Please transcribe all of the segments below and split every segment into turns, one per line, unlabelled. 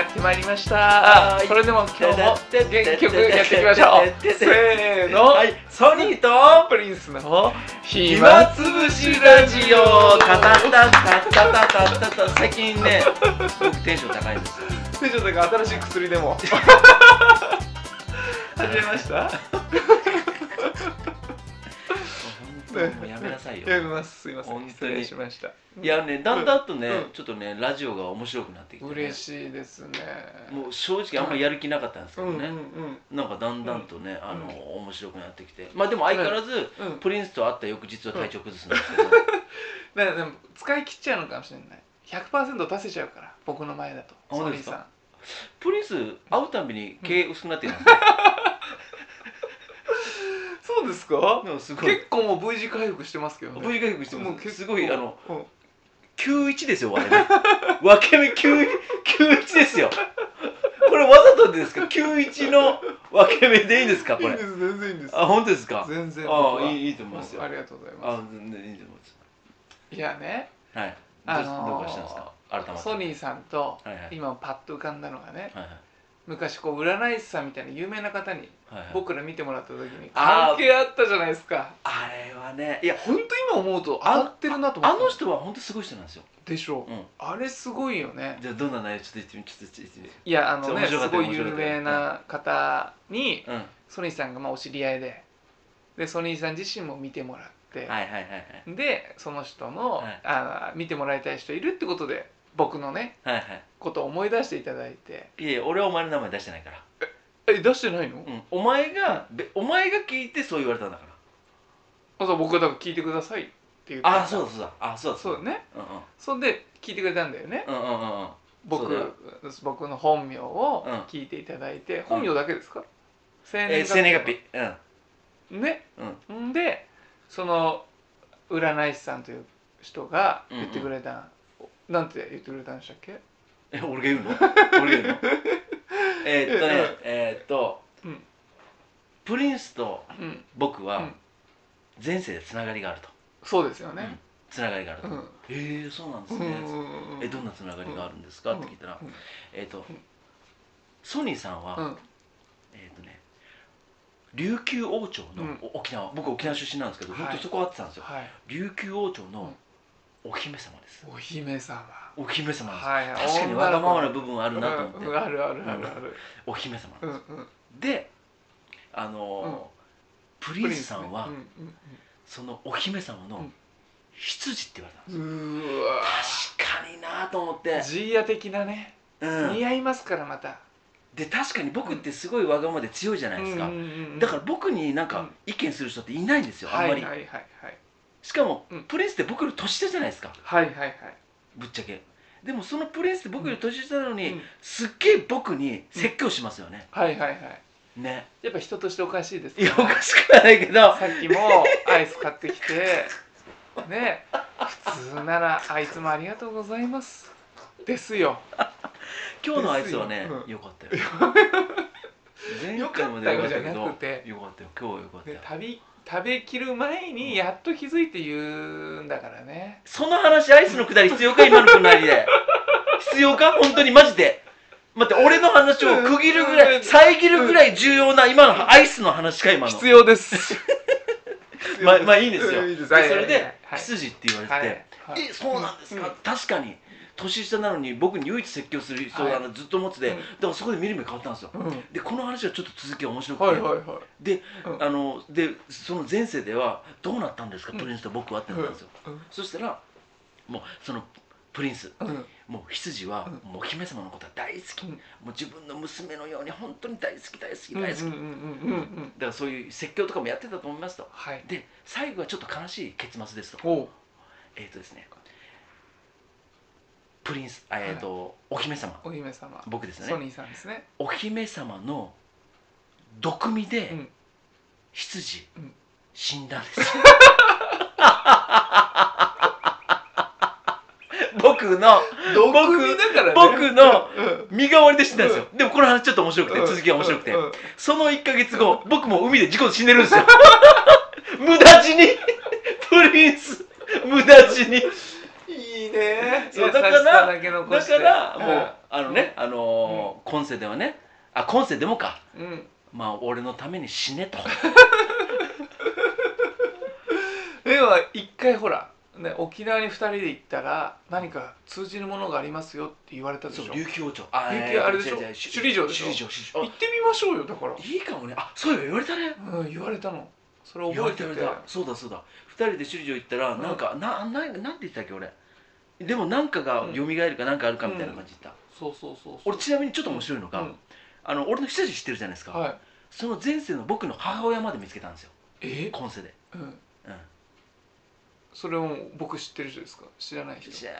ってまいりましたそれでも今日も元気よくやっていきましょうせーの、
はい、ソニーと
プリンスの
暇つぶしラジオタタタタタタタタタ最近ね僕テンション高いんですよ
手錠とか新しい薬でも始めました
もう本当もうやめなさいよ
やめますすいませ
本当に
ん失礼しました
いやねだんだんとね、
うん
ちょっとねラジオが面白くなってきて、ね、
嬉しいですね
もう正直あんまやる気なかったんですけ
う
ど
ん
ね、
うんうん
なんかだんだんとね、あの
うん
面白くなってきてまあでも相変わらず、
うん
プリンスと会った翌日は体調崩すんですけど、
だからでも使い切っちゃうのかもしれない100%出せちゃうから僕の前だと
あ本
ソ
当
ニ
です
ーさ
か
ん
プリンス会うたびに毛薄くなってるんです
そうですか
よ、でもすごい
結構もう V 字回復してますけどね
V 回復して
もう
ま
結
す
構
すごいあの
うん
91ですよ我々 分け目91 91ですよこれわざとですか91の分け目でいいんですかこ
いい
れ
です全然いいんです
あ本当ですか
全然
あ
僕はい
いいいと思いますよ
ありがとうござい
あ
ま
全然いいと思います
すいやね
はい
あ
ど
のー
うどうかしたんですか改まって
ソニーさんと
はいはい
今パッと浮かんだのがね
はいはい
昔こう占い師さんみたいな有名な方に
はいはい
僕ら見てもらった時に
あー
関係あったじゃないですか
あれはねいや
本当今思うと当たってるなと思
あ
って
の人は本当すごい人なんですよ、
でしょう、
うん
あれすごいよね
じゃあどんな内容ちょっと言ってみちょっと言ってみ
いやあ
そ
の
う
ね
面
す
白かった
ご
よ
い有名な方に
うんは
ソニーさんがまあお知り合いででソニーさん自身も見てもらって、
いはいはいはい
でその人の、
はい
あー見てもらいたい人いるってことで僕のね
はいはい
ことを思い出していただいて
いやいや俺はお前の名前出してないから、
え出してないの、
うん、お前がべお前が聞いてそう言われたんだから
あそう僕がだから聞いてくださいって言ったんだ
あそうだそうだあそうだ
そう
だ
だね
うんうん
そんで聞いてくれたんだよね
うんうんうんうんそう
僕
だよ
僕の本名を
うん
聞いていただいて、本名だけですか生
えー生年月日うん
日ね
うん
んでその占い師さんという人が言ってくれた、なんて言ってくれたんでしたっけ
え俺が言う の俺が言うのえーっとね
うん
えーっと、
うん
プリンスと
うん
僕
う
は
ん
前世でつながりがあると
そうですよね、
つながりがあると、
うん
えー、そうなんです
う
ね、
ん
えどんなつながりがあるんですか、って聞いたら、
うん
えっ、と、
うん
ソニーさんは、
うん
えっ、とね琉球王朝の
うん
お沖縄、僕沖縄出身なんですけど、
はい
ずっとそこ会ってたんですよ
はい
琉球王朝のお姫様です、
お姫様
お姫様なんです、
はいはい
確かにわがままな部分はあ
あ
るなと思って、
あるあるあるある
お姫様なんで
うんう
す、
ん
であのープリンスさんは、
うん
そのお姫様
う
の
ん
執事って言われたんです
う
よ、
んうんうーわ
確かになと思って、
ジーヤ的なね、
うん、
似合いますからまた
で確かに僕ってすごいわがままで強いじゃないですか、だからら僕になん
う
か
ん
意見する人っていないんですよ、あ
は
ん
い
ま
はい
り、
はいはい
しかも、
うん
プリンスって僕より年下じゃないですか
はいはいはい
ぶっちゃけでもそのプリンスって僕より年下なのに、
うん
すっげえ僕に説教しますよね、
はいはいはい
ね
やっぱ人としておかしいです
い
ね
やおかしくはないけど
さっきもアイス買ってきてね普通ならあいつもありがとうございますですよ
今日のあいつはね
ですようん
よかったよ 前
よか
回
っ
ま
た
で
よ
よかっ
じゃ
たけど
なくて
よかったよ今日はよかったよ
ね、旅食べきる前にやっと気づいて言うんだからね
その話アイスのくだり必要か今のくだり で必要か本当にマジで待って俺の話を区切るぐら
う
い
ん
遮るぐらい重要な今のアイスの話か今の
必要です
まあまあいいんですよ
うんいいです
で
はい
それ
はいは
で
いはい
羊って言われて、
はいはい
えそうなんですか、
うん
確かに年下なのに僕に唯一説教する人だな、ずっと思ってて、
うん
だからそこで見る目変わったんですよ、
うんはい
でこの話はちょっと続きが面白くて、
はいは
で、
うん
あのでその前世ではどうなったんですか、
うん
プリンスと僕はってなったんですよ、
い
そしたらもうそのプリンス
うん
もう羊は
う
もうお姫様のことは大好き、
うん
もう自分の娘のように本当に大好き大好き
うんうんうん
大好き、だ
うんうんうん
からそういう説教とかもやってたと思いますと
はい
で最後はちょっと悲しい結末ですと
おう
えーとですね、プリンス、あえーと、お姫様、
お姫様
僕です
ソ
ね、
ニーさんですね
お姫様の毒味で、
うん
羊、
うん
死んだんです。 僕の
毒味だからね
僕の
うん
身代わりで死んだんですよ、でもこの話ちょっと面白くて、
うん
続きが面白くて、
うんうん
その1か月後僕も海で事故で死んでるんですよ 無駄死にプリンス無駄死に
いいね
そう
優しさだけ残
だ
して
からもう、
ん
あのね、あの世ではねあ今世でもか
うん
まあ俺のために死ねと
では一回ほら、ね、沖縄に2人で行ったら何か通じるものがありますよって言われたでし
そ
ょ
う琉
行っ
球王朝あ
琉球あれでしょ
違う違う
首里城でしょ
首里城首里
てみましょうよだから、
城あいいかもねあそういえば言われたね
うん、言われたのそれ覚えて
言われた
て
言われたそうだそうだ2人で首里城行ったらなんか、なななんて言ってたっけ俺でもなんかが
うん
蘇るかなんかあるかみたいな感じで言った、
そうそうそう
俺ちなみにちょっと面白いのが、
うん
あの俺の久し知ってるじゃないですか、
はい
その前世の僕の母親まで見つけたんですよ
え、
今世で
うん、
うん
それを僕知ってる人ですか知らない人
じゃ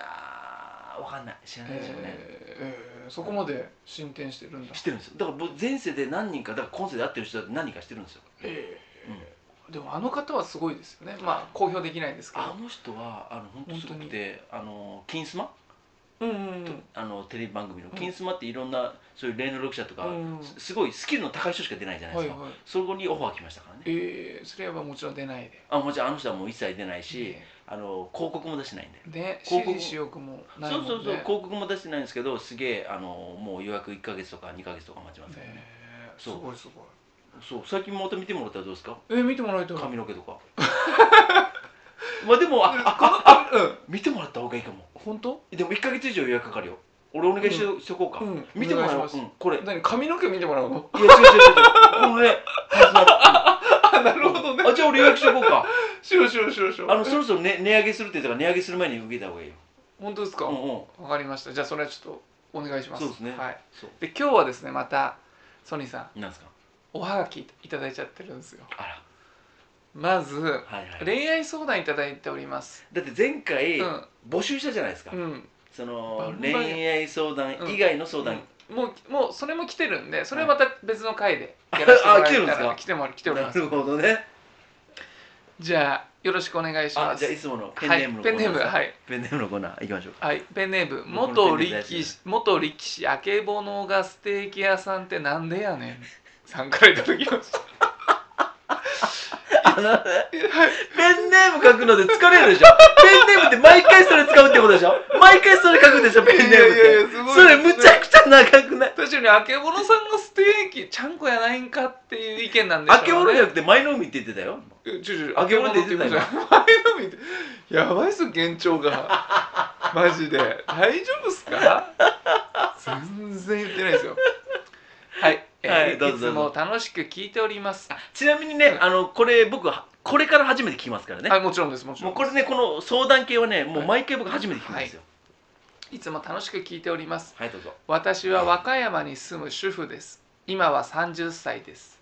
あわかんない知らないですよね、
えーえーそこまで進展してるんだ
してるんですよだから僕前世で何人かだから今世で会ってる人だって何人かしてるんですよ
えーでもあの方はすごいですよねまあ公表できないんですけ
あ
ど
の人はあの本当すごくてあの金スマ
うんうん
あのテレビ番組の
うん
金スマっていろんなそういう霊能力者とか、
うん
すすごいスキルの高い人しか出ないじゃないで
は
す
い
か、
はい
そこにオファー来ましたからね
えー、それはもちろん出ないで
あもちろんあの人はもう一切出ないし、
ね
あの広告も出してないんで
ね
広
支
告
持しよくもない
そう
も
ん
ね
そうそう広告も出してないんですけどすげえあのもう予約1か月とか2か月とか待ちます、
ねえす
そう
ごいすごい
そう最近また見てもらったらどうですか
え見てもらいたい
髪の毛とか まあでもああ
この髪うん
見てもらった方がいいかも
本当
でも1か月以上予約かかるよ俺お願いし,、しとこうか、
うん
見てもら
お
お
願
う
いします
うんこれいや
何髪の毛見てもらうの
違う違う違うこれ
あな
な
るほどね
あじゃあ俺予約しとこうか
しようしようしようしよう
あのそろそろ、ね、値上げするって言ったから値上げする前に受けた方がいいよ
本当ですか
うん
わ、
うん
かりましたじゃあそれはちょっとお願いします
そうですね
はい、
そう
で今日はですねまたソニーさん
なんですか
おはがきいただいちゃってるんですよ
あ
まず
らはいはい
恋愛相談いただいております
だって前回、
うん
募集したじゃないですか、
うん
そ
バ
の
ンバン
恋愛相談以外の相談、
うんもうもうそれも来てるんでそれはまた別の回でやらせてもらえた
あ来てるんですから
来てもら来ており
な
ます
るほどね
じゃあよろしくお願いし
あ
ま
じ
す
ゃあいつものペンネームのコ
はい、
ー
ペン
ナーで
ネー
すかペンネーム
ムはい
のコーナー行きましょう
はい、ペンネーム
僕
元
のペンネーム大
力
好きです
士元力士あけぼのがステーキ屋さんってなんでやねんさんからいただきま した
あのペンネーム書くので疲れるでしょペンネームって毎回それ使うってことでしょ毎回それ書くでしょペンネームって
いやいやいやすごい
それむちゃくちゃ長くない
確かにあけぼのさんがステーキちゃんこやないんかっていう意見なんでしょ
あけぼろじゃなくて舞の海って言ってたよ
ちょちょ
あけぼのって言ってた
前
よ
のめってやばいっすよ幻聴が マジで大丈夫っすか全然言ってないですよはい、えー
はいどうぞ
いつも楽しく聞いております
ちなみにね
うん
あのこれ僕はこれから初めて聞きますからね
あもちろんですもちろ
もう
んです
これねこの相談系はねもう毎回僕初めて聞くんですよ
いつも楽しく聞いております
はいどうぞ
私は和歌山に住む主婦です今は30歳です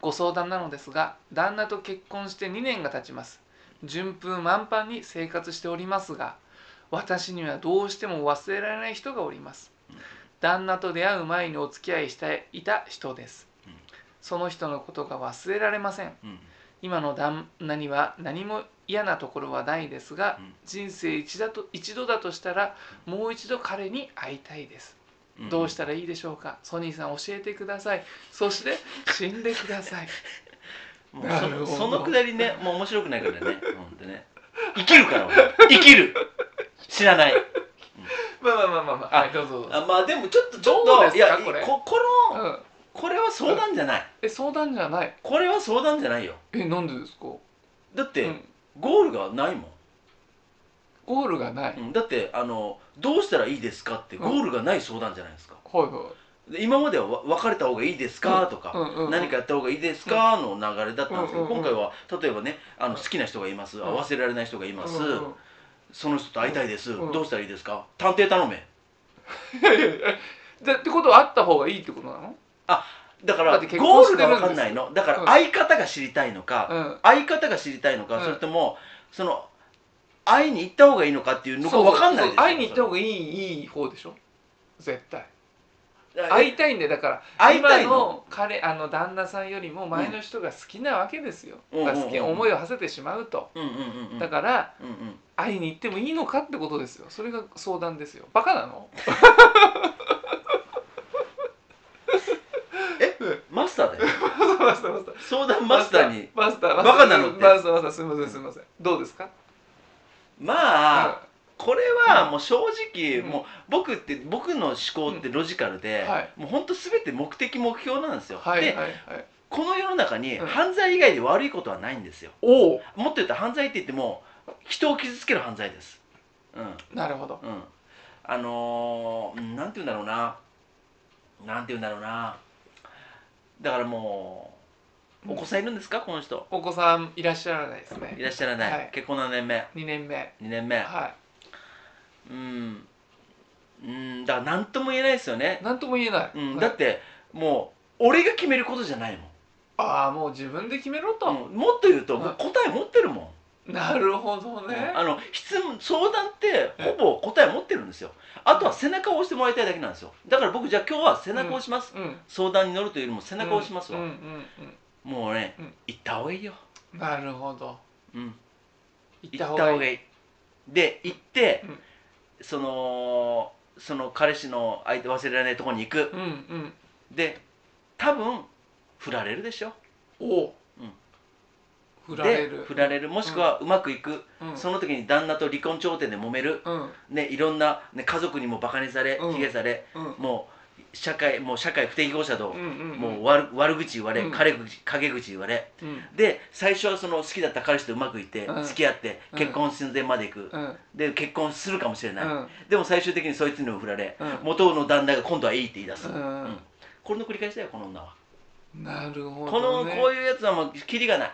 ご相談なのですが旦那と結婚して2年が経ちます順風満帆に生活しておりますが私にはどうしても忘れられない人がおります旦那と出会う前にお付き合いしていた人です
うん
その人のことが忘れられません
うん
今の旦那には何も嫌なところはないですが、
うん
人生一だと一度だとしたらもう一度彼に会いたいですどうしたらいいでしょうかソニーさん教えてくださいそして死んでください
もう
なるほど
そそのくだりねもう面白くないからねほんとね生きるから俺生きる知らない
まあまあまあまあ、まあ、
あ
はいどうぞどうぞ
あまあでもちょっとちょっ
ど
と
うですか
いや
これ
ここの
うん、
これは相談じゃない
え相談じゃない
これは相談じゃないよ
えなんでですか、
だっ
う
て、
ん、
ゴールがないもん
ゴールがない、
うんだってあのどうしたらいいですかって
うん
ゴールがない相談じゃないですか、
はいは
で今まではわ別れた方がいいですか、
うん
とか、
うんうんうん
何かやった方がいいですか、の流れだったんですけど、
うんうんう
今
ん
回は例えばねあの
うん
好きな人がいます、
ん
合わせられない人がい
い
ます、
うん うん
その人と会いたいです、
うん
どうしたらいいですか探偵頼め
いやいやいやでってことはあった方がいいってことなの
だから
だって結婚
ゴー
して
ル
るん
が分
です
かんないのだか
う
ら
ん
相方が知りたいのか、
うん
相方が知りたいのか、
うん
それともその会いに行った方がいいのかっていうのが
そう
分かんない
そ
で
う
すよ
会いに行った方がいいいい方でしょ絶対会いたいんでだから
会いたい
今
の
の彼あの旦那さんよりも前の人が好きなわけですよ、
うん
だから好き
うんうんうん
思いを馳せてしまうと、
うんうんうんうん
だから
うんうん
会いに行ってもいいのかってことですよそれが相談ですよバカなの
えマスターだよ
マスターマスター
相談マスターに
マスターマスター
バカなのって
マスターマスターすいませんすいませんどうですか
まあ、これはもう正直、
うん
もう僕って僕の思考ってロジカルで、
うんはい
もう本当全て目的目標なんですよ、
はいはい
で
はい
この世の中に
うん
犯罪以外で悪いことはないんですよ
おお
もっと言うと犯罪って言っても人を傷つける犯罪ですうん
なるほど
うん、あのーうんなんて言うんだろうななんて言うんだろうなだからもうお子さんいるんですか、この人
お子さんいらっしゃらないです
い
ね
らっしゃらない、
はい
結婚何年目
2年目
2年目、
は
うんうんだから何とも言えないですよね
い、なんとも言えない、
うん、
はい
だってもう俺が決めることじゃないもん
ああもう自分で決めろと、
うんもっと言うと、
はい
もう答え持ってるもん
なるほどね、
あの質問相談ってほぼ答え持ってるんですよあとは背中を押してもらいたいだけなんですよだから僕じゃあ今日は背中を押します、
うん
相談に乗るというよりも背中を押しますわ、
うんうんうん
もうね、
うん
行った方がいいよ、
うんなるほど
うん、
行っ
行
た
った
方
方
がいい
がいいで行って、
うん
そのその彼氏の相手忘れられないところに行く
うんうん
で多分振られるでしょ
おお、
うん
振られ
で
る
振られるもしくはうまくいく、
うん
その時に旦那と離婚調停で揉める、
うん
ね、いろんな、ね、家族にもバカにされ
うん
卑下され
うん
もう社会もう社会不適合者と
う、んうん
もう悪悪口言われ、
うん
陰口陰口言われ
うん
で最初はその好きだった彼氏とうまくいって、
うん
付き合って
うん
結婚寸前まで行く、
うん
で結婚するかもしれない、
うん
でも最終的にそいつにも振られ、
うん
元の旦那が今度はいいって言い出す、
う
う
ん
んこれの繰り返しだよこの女は、
なるほ
この
ど、ね、
こういうやつはもうキリがない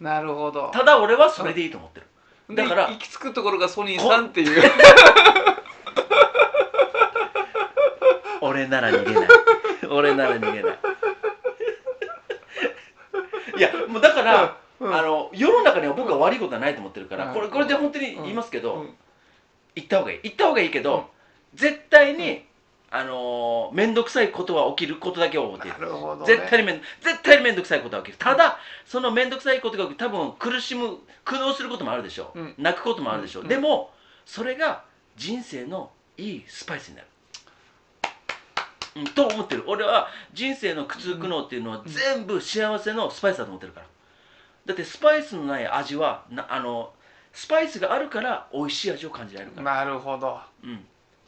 なるほど
ただ俺はそれでいいと思ってる、
で
だから
行き着くところがソニーさんっていう
俺なら逃げない俺なら逃 げないいやもうだから、
うん
あの世の中には僕は悪いことはないと思ってるから、
うん
これこれで本当に言いますけど、
うん
行った方がいい行った方がいいけど、絶対に、あのー面倒くさいことは起きることだけは思ってい
な
る
るほど、ね、
絶対に面倒絶対に面倒くさいことは起きるただ、その面倒くさいことが起きる多分苦しむ苦悩することもあるでしょう、
うん
泣くこともあるでしょう、
うん
でもそれが人生のいいスパイスになる、うん、と思ってる俺は人生の苦痛苦悩っていうのは
うん
全部幸せのスパイスだと思ってるからだってスパイスのない味はなあのスパイスがあるから美味しい味を感じられるから、
なるほど
うん、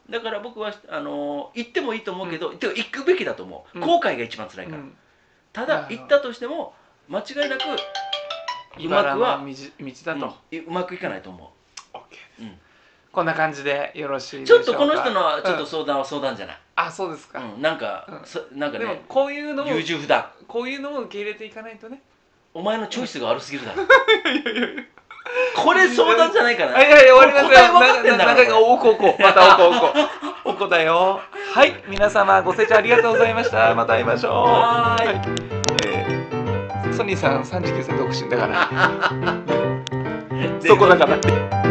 だから僕はあの行ってもいいと思うけど、でも行くべきだと思う
うん
後悔が一番辛いから、
うん
た
な
だ
る
行
ほど
ったとしても間違いなくうま
茨
く
の
は
道道だと、
うんうまくいかないと思
OK です、
うん
こんな感じでよろしいで
う
し
ち
ょう
ょ
か
っとこの人のはちょっ
う
と
ん
相談は相談じゃない、
あそうですか、
うん、なんか、
うん
そなんか
でも
ね
こういうのも
優柔不断
こういうのも受け入れていかないとね
お前のチョイスが悪すぎるだろ これ相談じゃないから
あいやいや終わりますよ
答え分かってんだから
なななんかおこう こうまたおこうこ うおこだよはい皆様ご清聴ありがとうございました また会いましょう
はーい
えーソニーさん39歳独身だから
全然
そこだから